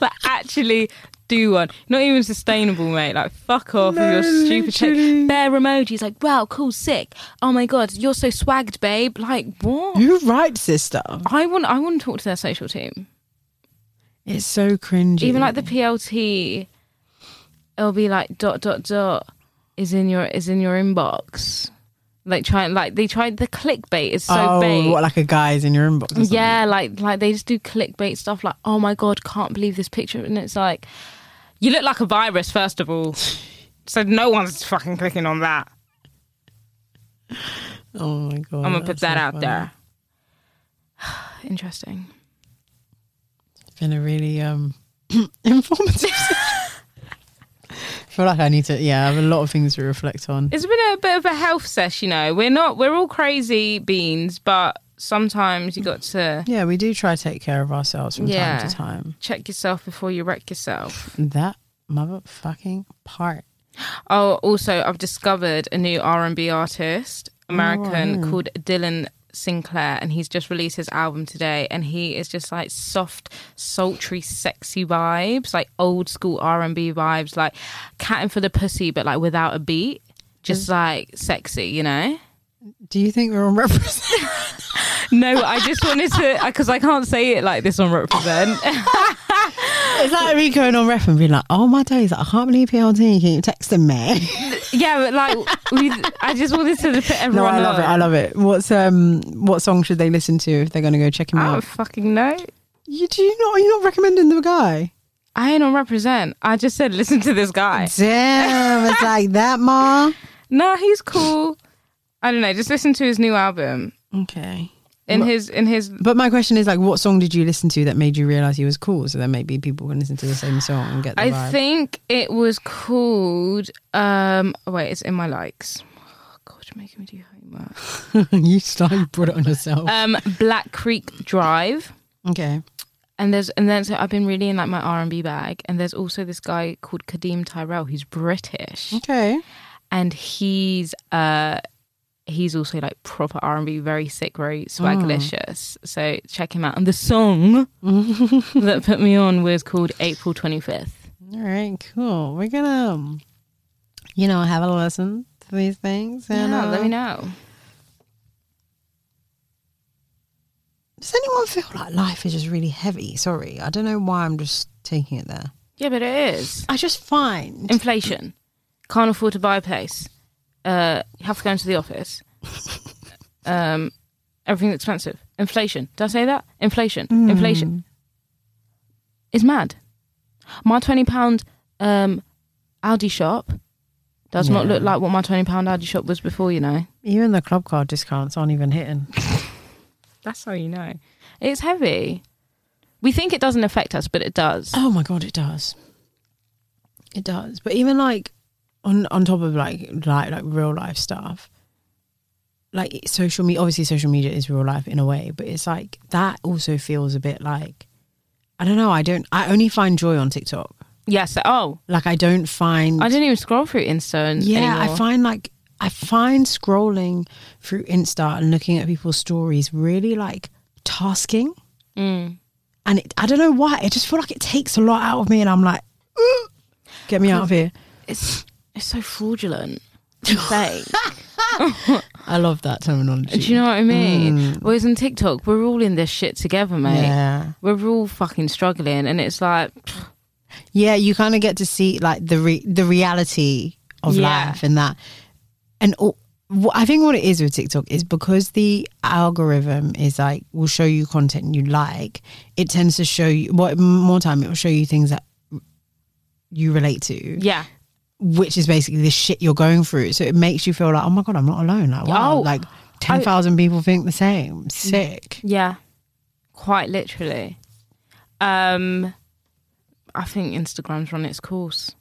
like, actually do one. Not even sustainable, mate. Like, fuck off No, with your stupid literally. shit. Bear emojis. Like, wow, cool, sick. Oh my god, you're so swagged, babe. Like, what? you're right, sister. I want. I want to talk to their social team. It's so cringy. Even like the PLT, it'll be like dot dot dot is in your is in your inbox. Like try like they tried the clickbait is so oh, bait. what like a guy's in your inbox? or something? Yeah, like like they just do clickbait stuff like, oh my god, can't believe this picture and it's like you look like a virus, first of all. So no one's fucking clicking on that. Oh my god. I'm gonna that's put that so out funny. there. Interesting. It's been a really um informative. I feel like I need to. Yeah, I have a lot of things to reflect on. It's been a bit of a health sesh, you know. We're not we're all crazy beans, but sometimes you got to yeah, we do try to take care of ourselves from Yeah. time to time. check yourself before you wreck yourself. That motherfucking part. Oh, also I've discovered a new R and B artist, Oh, American, called Dylan Sinclair, and he's just released his album today and he is just like soft, sultry, sexy vibes, like old school R and B vibes, like catting for the pussy but like without a beat. Just like sexy, you know? Do you think we're on represent? No, I just wanted to, because I can't say it like this on Represent. Is that me going on ref and being like, "Oh my days, I can't believe PLT keep texting me." yeah, but like, we, I just wanted to put everyone no, I love on. it. I love it. What's um, what song should they listen to if they're going to go check him I don't out? fucking know. You do you not? Are you not recommending the guy? I ain't on represent. I just said listen to this guy. Damn, it's like that, ma. Nah, he's cool. I don't know. Just listen to his new album. Okay. in his in his But my question is like, what song did you listen to that made you realize he was cool? So then maybe people can listen to the same song and get the I vibe. think it was called um oh wait, it's in my likes. Oh, God, you're making me do homework. you start, you brought it on yourself. Um Black Creek Drive. okay. And there's and then so I've been really in like my R and B bag and there's also this guy called Kadeem Tyrell who's British Okay. and he's uh he's also like proper R and B, very sick, very swagalicious. So check him out. And the song that put me on was called April twenty fifth. All right. Cool. We're gonna, um, you know, have a listen to these things. And, Yeah, uh, let me know. Does anyone feel like life is just really heavy? Sorry, I don't know why I'm just taking it there. Yeah, but it is. I just find Inflation. Can't afford to buy a place. Uh, you have to go into the office. um, everything's expensive. Inflation. Did I say that? Inflation. Inflation. It's mad. My £20 um, Aldi shop does not look like what my £20 Aldi shop was before, you know. even the club card discounts aren't even hitting. That's how you know. It's heavy. We think it doesn't affect us, but it does. Oh my god, it does. It does. But even like on on top of like like like real life stuff, like it- social media. Obviously, social media is real life in a way, but it's like that also feels a bit like I don't know. I don't. I only find joy on TikTok. Yes. Oh, Like I don't find. I didn't even scroll through Insta and yeah, I anymore. find like I find scrolling through Insta and looking at people's stories really like tasking. Mm. and it, I don't know why. I just feel like it takes a lot out of me, and I'm like, "Ugh, get me out of here. it's it's so fraudulent and fake. I love that terminology. Do you know what Mm. I mean? Whereas on TikTok, we're all in this shit together, mate. Yeah, We're all fucking struggling, and it's like, yeah. You kind of get to see like the re- the reality of Yeah. life and that, and all, wh- I think what it is with TikTok is because the algorithm is like will show you content you like. It tends to show you what more time it will show you things that you relate to. yeah, which is basically the shit you're going through. So it makes you feel like, oh my god, I'm not alone. Like wow, Oh, like ten thousand people think the same. Sick. yeah, quite literally. Um, I think Instagram's run its course,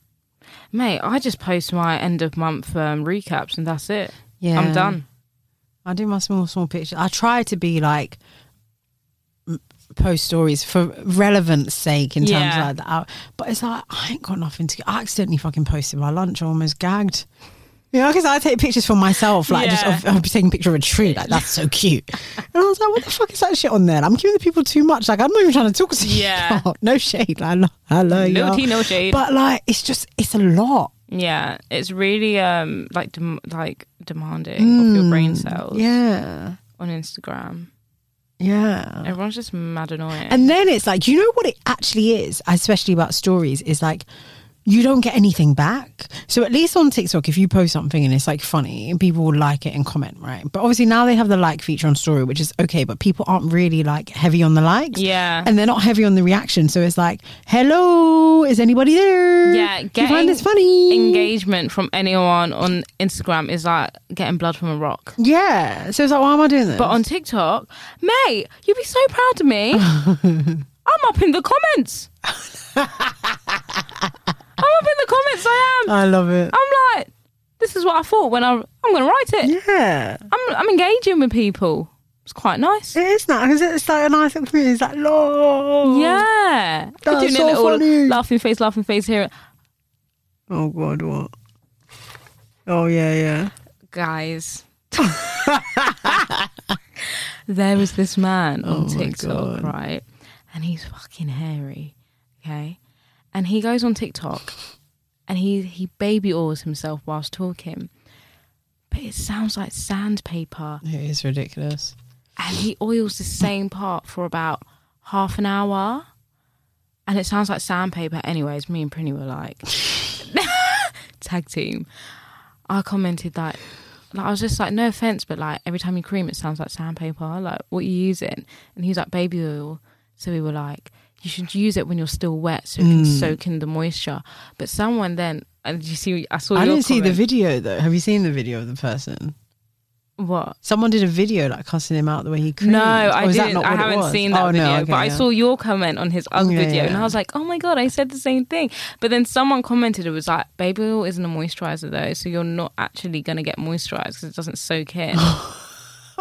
mate. I just post my end of month um, recaps, and that's it. Yeah, I'm done. I do my small small pictures. I try to be like m- post stories for relevance sake in terms Yeah. of like that. I- But it's like I ain't got nothing to. I accidentally fucking posted my lunch. I almost gagged. You know, because I take pictures for myself, like Yeah. just of, of taking a picture of a tree, like that's so cute. And I was like, what the fuck is that shit on there? I'm giving the people too much. Like I'm not even trying to talk to you. Yeah. lot. no shade. Like, I love, I love No y'all. tea, no shade. But like, it's just, it's a lot. Yeah, it's really um like dem- like demanding of your brain cells Mm. Yeah, on Instagram. yeah. Everyone's just mad annoying. And then it's like, you know what it actually is, especially about stories, is like you don't get anything back. So at least on TikTok, if you post something and it's like funny, people will like it and comment, right? But obviously now they have the like feature on story, which is okay, but people aren't really like heavy on the likes. Yeah. And they're not heavy on the reaction. So it's like, hello, is anybody there? yeah, Do getting you find this funny. engagement from anyone on Instagram is like getting blood from a rock. Yeah. So it's like, why am I doing this? But on TikTok, mate, you'd be so proud of me. I'm up in the comments. I'm up in the comments. I am. I love it. I'm like, this is what I thought when I I'm gonna write it. Yeah. I'm I'm engaging with people. It's quite nice. It is that because it's like a nice little community. It's like, lol. Yeah, That's doing so it all funny. laughing face, laughing face here. Oh god, what? Oh yeah, yeah. guys. there was this man on TikTok, right? And he's fucking hairy, okay? And he goes on TikTok and he he baby oars himself whilst talking. But it sounds like sandpaper. It is ridiculous. And he oils the same part for about half an hour. And it sounds like sandpaper. Anyways, me and Prinny were like tag team. I commented like, like I was just like, no offense, but like every time you cream, it sounds like sandpaper. Like what you using? And he was like, baby oil. So we were like, you should use it when you're still wet, so it Hmm. can soak in the moisture. But someone then, and you see, I saw. I your didn't see the comment. video though. Have you seen the video of the person? What? Someone did a video like cussing him out the way he cooed. No, Or I is that didn't. not I what it haven't was? seen that Oh, no, video, okay, but I yeah. saw your comment on his UGG Yeah, video, and yeah. I was like, "Oh my god, I said the same thing." But then someone commented, "It was like baby oil isn't a moisturizer though, so you're not actually gonna get moisturized because it doesn't soak in." Oh,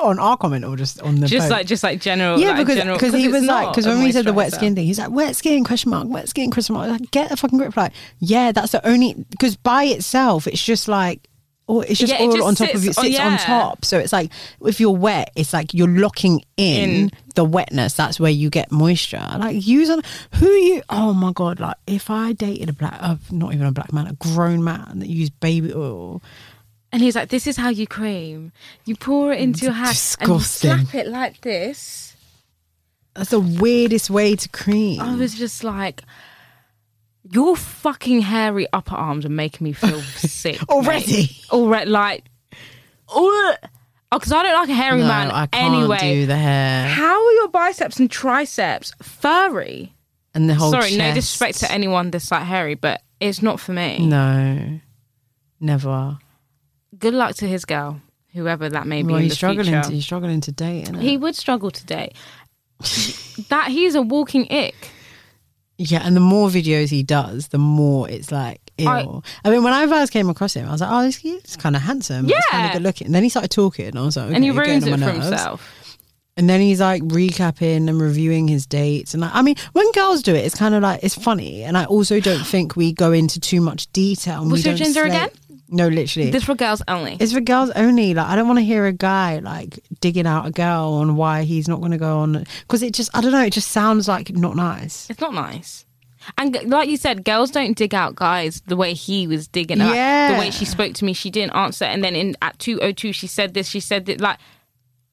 on our comment or just on the just post? like, just like general. yeah, Oh, like, general- because because he it's was like not because a when we said the wet moisturizer. skin thing, he's like wet skin question mark wet skin question mark. I was Like get a fucking grip. Like yeah, that's the only because by itself it's just like. Or it's just Yeah, it all just on top of sits you, on- sits on yeah. top. So it's like if you're wet, it's like you're locking in, In. the wetness. That's where you get moisture. Like use on who you. Oh my god! Like if I dated a black, uh, not even a black man, a grown man that used baby oil, And he's like, "This is how you cream. You pour it into your hand Disgusting. and you slap it like this." that's the weirdest way to cream. I was just like, "Your fucking hairy upper arms are making me feel sick mate. Already? Already, like, oh, because I don't like a hairy man I can't anyway. do the hair How are your biceps and triceps furry? and the whole. Sorry, no chest. disrespect to anyone that's like hairy, but it's not for me. No, never. Good luck to his girl, whoever that may be. Well, in he's the struggling. future. To, he's struggling to date. Innit? He would struggle today. that he's a walking ick. yeah, and the more videos he does, the more it's like. I- Ill. I, mean, when I first came across him, I was like, "Oh, he's, he's kind of handsome. he's kind of Yeah. good looking." And then he started talking, and I was like, okay, and he you're getting ruins on it my for nerves. himself. And then he's like recapping and reviewing his dates. And like, I mean, when girls do it, it's kind of like, it's funny. And I also don't think we go into too much detail. and What's we your don't gender slate- again? No, literally. This for girls only. it's for girls only. Like, I don't want to hear a guy like digging out a girl on why he's not going to go on. Because it just, I don't know, it just sounds like not nice. It's not nice. And g- like you said, girls don't dig out guys the way he was digging out. Yeah. The way she spoke to me, she didn't answer. And then in at two oh two, she said this. She said that. Like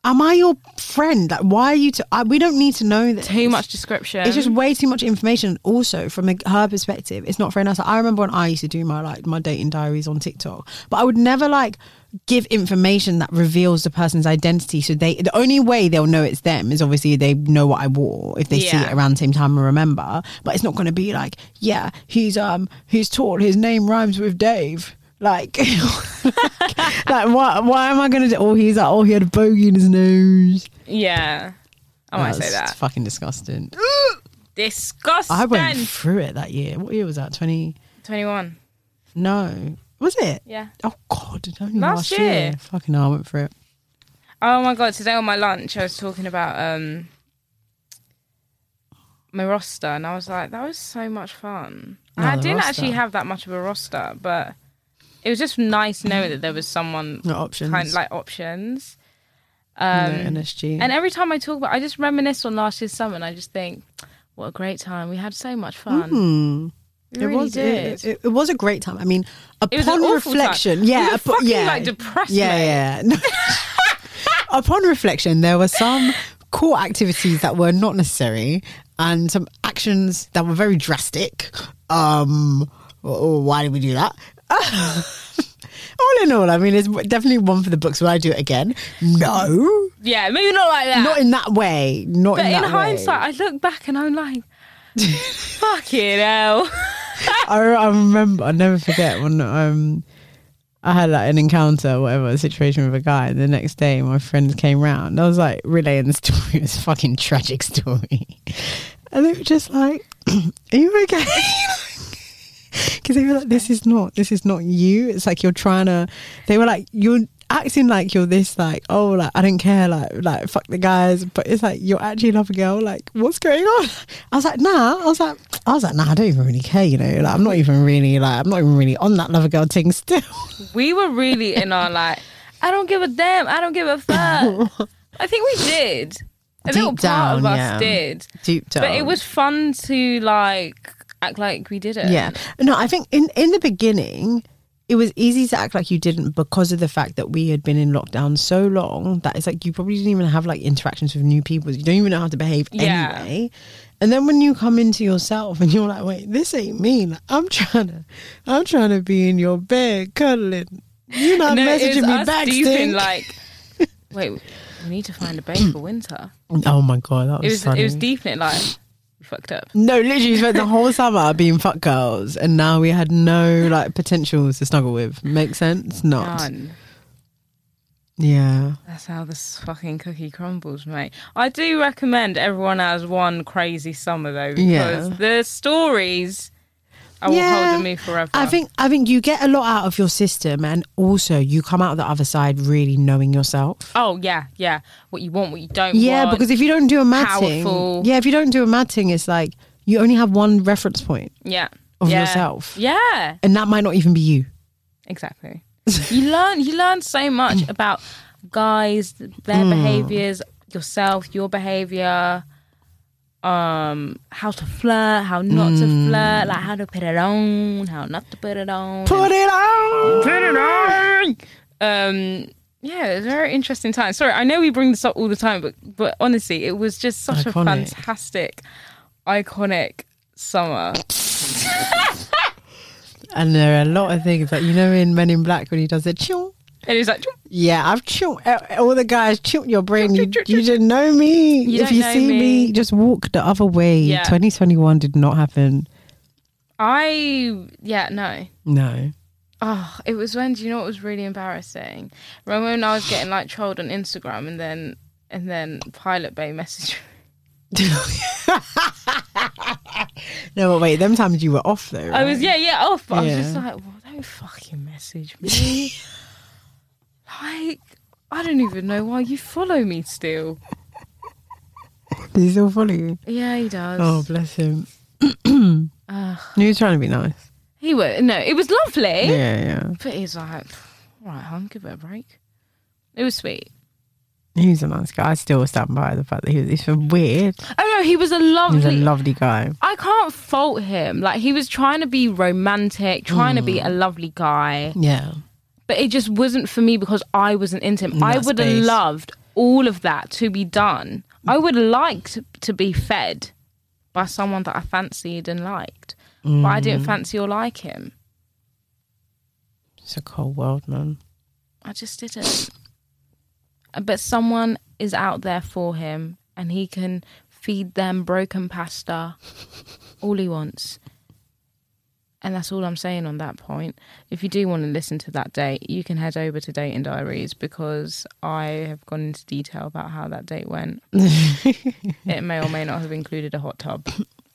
Am I your friend? Like, why are you? T- I, we don't need to know that. too much description. It's just way too much information. Also, from a, her perspective, it's not very nice. Like, I remember when I used to do my like my dating diaries on TikTok, but I would never like give information that reveals the person's identity. So they the only way they'll know it's them is obviously they know what I wore if they see Yeah. it around the same time and remember. But it's not going to be like, yeah, he's um he's tall. His name rhymes with Dave. Like, like why, why am I going to do? Oh, he's like, oh, he had a bogey in his nose. yeah. Oh, I might say That's that. fucking disgusting. Disgusting. I went through it that year. What year was that? Twenty? Twenty one. No, was it? Yeah. Oh God, only last, Last year. year. Fucking hell, I went through it. Oh my god! Today on my lunch, I was talking about um my roster, and I was like, "That was so much fun." And No, I the didn't roster. actually have that much of a roster, but it was just nice knowing that there was someone No options. kind of like options. No Um, NSG. and every time I talk about, I just reminisce on last year's summer, and I just think, "What a great time! We had so much fun. We really Mm. it was did." It, it, it was a great time. I mean, was upon an awful reflection, time. yeah, We were upon- fucking, yeah, like, depressed, Yeah, yeah. upon reflection, there were some core activities that were not necessary and some actions that were very drastic. Um, oh, why did we do that? all in all, I mean, it's definitely one for the books. Will I do it again? No, yeah, maybe not like that. not in that way. Not but in in, that way. hindsight, I look back and I'm like, "Fucking hell." I, I remember, I'll never forget when um, I had like an encounter, whatever, a situation with a guy. And the next day, my friends came round. I was like relaying the story. It was a fucking tragic story. And they were just like, Are you okay? Because they were like, This is not, this is not you. It's like you're trying to, they were like, You're acting like you're this like oh like i don't care like like fuck the guys but it's like you're actually another girl like what's going on i was like nah i was like i was like nah i don't even really care you know like i'm not even really like i'm not even really on that lover girl thing still We were really in our like, I don't give a damn, I don't give a fuck. I think we did. A Deep little part down, of us yeah. did. deep down But it was fun to like act like we did it. Yeah. No, I think in in the beginning it was easy to act like you didn't because of the fact that we had been in lockdown so long that it's like you probably didn't even have like interactions with new people. You don't even know how to behave Yeah. anyway. And then when you come into yourself and you're like, wait, this ain't me. Like, I'm trying to, I'm trying to be in your bed cuddling. You're not No, it was messaging me us back. deep in stink. like, wait, we need to find a base for winter. oh my god, that was, It was funny. it was deep in it like we fucked up. No, literally we spent the whole summer being fuck girls, and now we had no like potentials to snuggle with. Make sense? Not. None. Yeah. That's how this fucking cookie crumbles, mate. I do recommend everyone has one crazy summer though, because Yeah. the stories are will hold in me forever. I think I think you get a lot out of your system, and also you come out the other side really knowing yourself. Oh yeah, yeah. What you want, what you don't Yeah, want. because if you don't do a matting, powerful. yeah, if you don't do a matting, it's like you only have one reference point, yeah. of yeah. yourself. Yeah. and that might not even be you. Exactly. you learn you learn so much about guys, their behaviors, yourself, your behavior, um, how to flirt, how not to flirt, like how to put it on, how not to put it on. Put it on. Put it on. Um yeah, it's a very interesting time. Sorry, I know we bring this up all the time, but but honestly, it was just such a Iconic. fantastic, iconic summer. And there are a lot of things that you know in Men in Black when he does it. Chung. It was like Yeah, I've chilled. All the guys chilled your brain. You, Chomp, chomp, chomp, you didn't know me. You if don't you know see me. me. just walk the other way. Yeah. 2021 did not happen. I yeah, no. No. Oh, it was when do you know what was really embarrassing? Remember when I was getting like trolled on Instagram and then and then Pilot Bay messaged me. No, but wait, them times you were off though. I was yeah, yeah, off, but I was just Yeah. like, Well, don't fucking message me. like I don't even know why you follow me still. right? He's still follow you. Yeah, he does. Oh, bless him. Ah. he was trying to be nice. He would no, it was lovely. Yeah, yeah. But he's like, right, hon, give it a break. It was sweet. He was a nice guy. I still stand by the fact that he was, he's weird. Oh no, he was a He was a lovely lovely guy. I can't fault him. Like he was trying to be romantic, trying to Mm. be a lovely guy, Yeah. but it just wasn't for me because I wasn't into him. I that would have space. loved all of that to be done. I would have liked to be fed by someone that I fancied and liked, but I Mm. didn't fancy or like him. It's a cold world, man. I just didn't. But someone is out there for him, and he can feed them broken pasta all he wants. And that's all I'm saying on that point. If you do want to listen to that date, you can head over to Dating Diaries because I have gone into detail about how that date went. it may or may not have included a hot tub,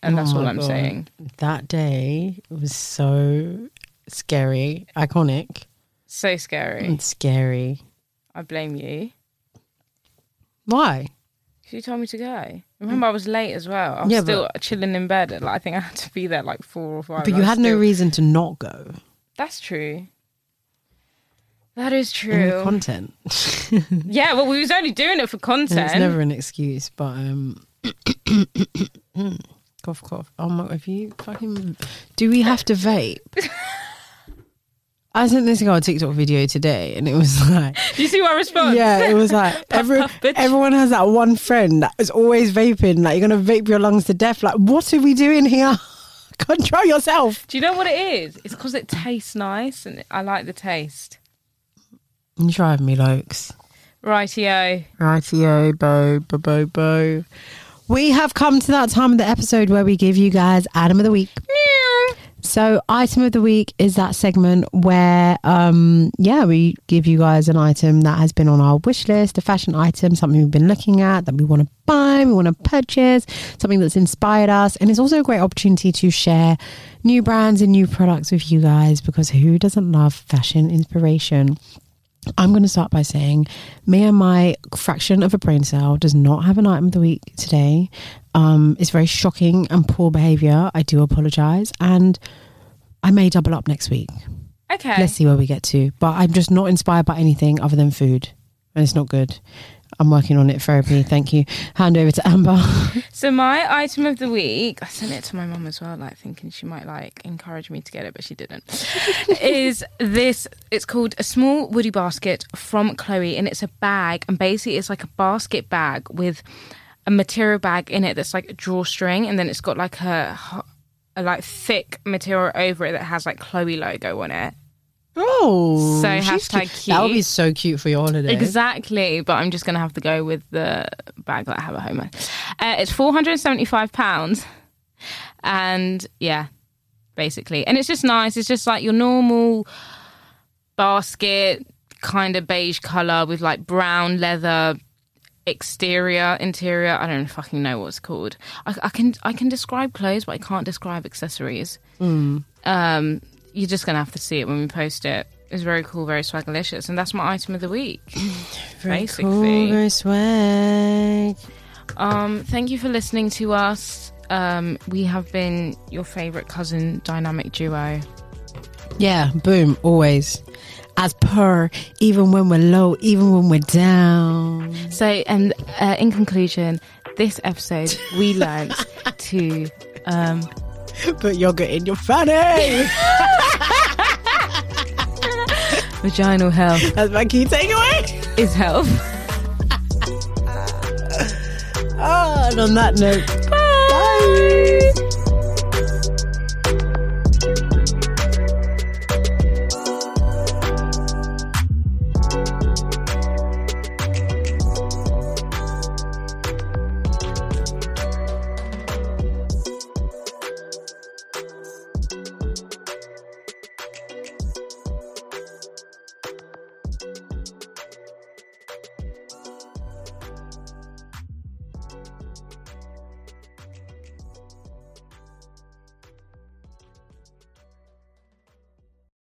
and that's Oh all my I'm God. saying. That day was so scary, iconic, So scary. and scary. I blame you. Why? She told me to go. Remember, I was late as well. I was Mm. Yeah, but- still chilling in bed. Like, I think I had to be there like four or five. But I you was had no still- reason to not go. That's true. That is Only true. content. yeah, well, we was only doing it for content. It's never an excuse, but um, cough, cough. Oh my! If you fucking, do we have to vape? I sent this girl a TikTok video today, and it was like, Do you see my response? yeah, it was like every, puff, bitch. everyone has that one friend that is always vaping. Like you're gonna vape your lungs to death. Like what are we doing here? Control yourself. Do you know what it is? It's because it tastes nice, and I like the taste. You drive me lokes. Rightio. Rightio, bo, bo, bo, bo. We have come to that time of the episode where we give you guys item of the week. So, item of the week is that segment where, um, yeah, we give you guys an item that has been on our wish list, a fashion item, something we've been looking at that we want to buy, we want to purchase, something that's inspired us. And it's also a great opportunity to share new brands and new products with you guys because who doesn't love fashion inspiration? I'm going to start by saying me and my fraction of a brain cell does not have an item of the week today. Um, it's very shocking and poor behavior. I do apologize. And I may double up next week. Okay. Let's see where we get to. But I'm just not inspired by anything other than food. And it's not good. I'm working on it. Therapy. Thank you. Hand over to Amber. So my item of the week, I sent it to my mum as well, like thinking she might like encourage me to get it, but she didn't. is this? It's called a small woody basket from Chloe, and it's a bag, and basically it's like a basket bag with a material bag in it that's like a drawstring, and then it's got like a, h- a like thick material over it that has like Chloe logo on it. Oh, So hashtag That would be cute. so cute for your holiday. Exactly, but I'm just gonna have to go with the bag that I have at home. Uh, it's 475 pounds, and yeah, basically, and it's just nice. It's just like your normal basket, kind of beige color with like brown leather exterior, interior. I don't fucking know what it's called. I, I can I can describe clothes, but I can't describe accessories. Um, you're just gonna have to see it when we post it. It's very cool, very swagalicious, and that's my item of the week. basically. Over swag. Um, thank you for listening to us. Um, we have been your favorite cousin dynamic duo. Yeah, boom, always. As per, even when we're low, even when we're down. So, and uh, in conclusion, this episode we learned to um, Put yogurt in your fanny. vaginal health That's my key takeaway. is health. Ah, Oh, and on that note, bye.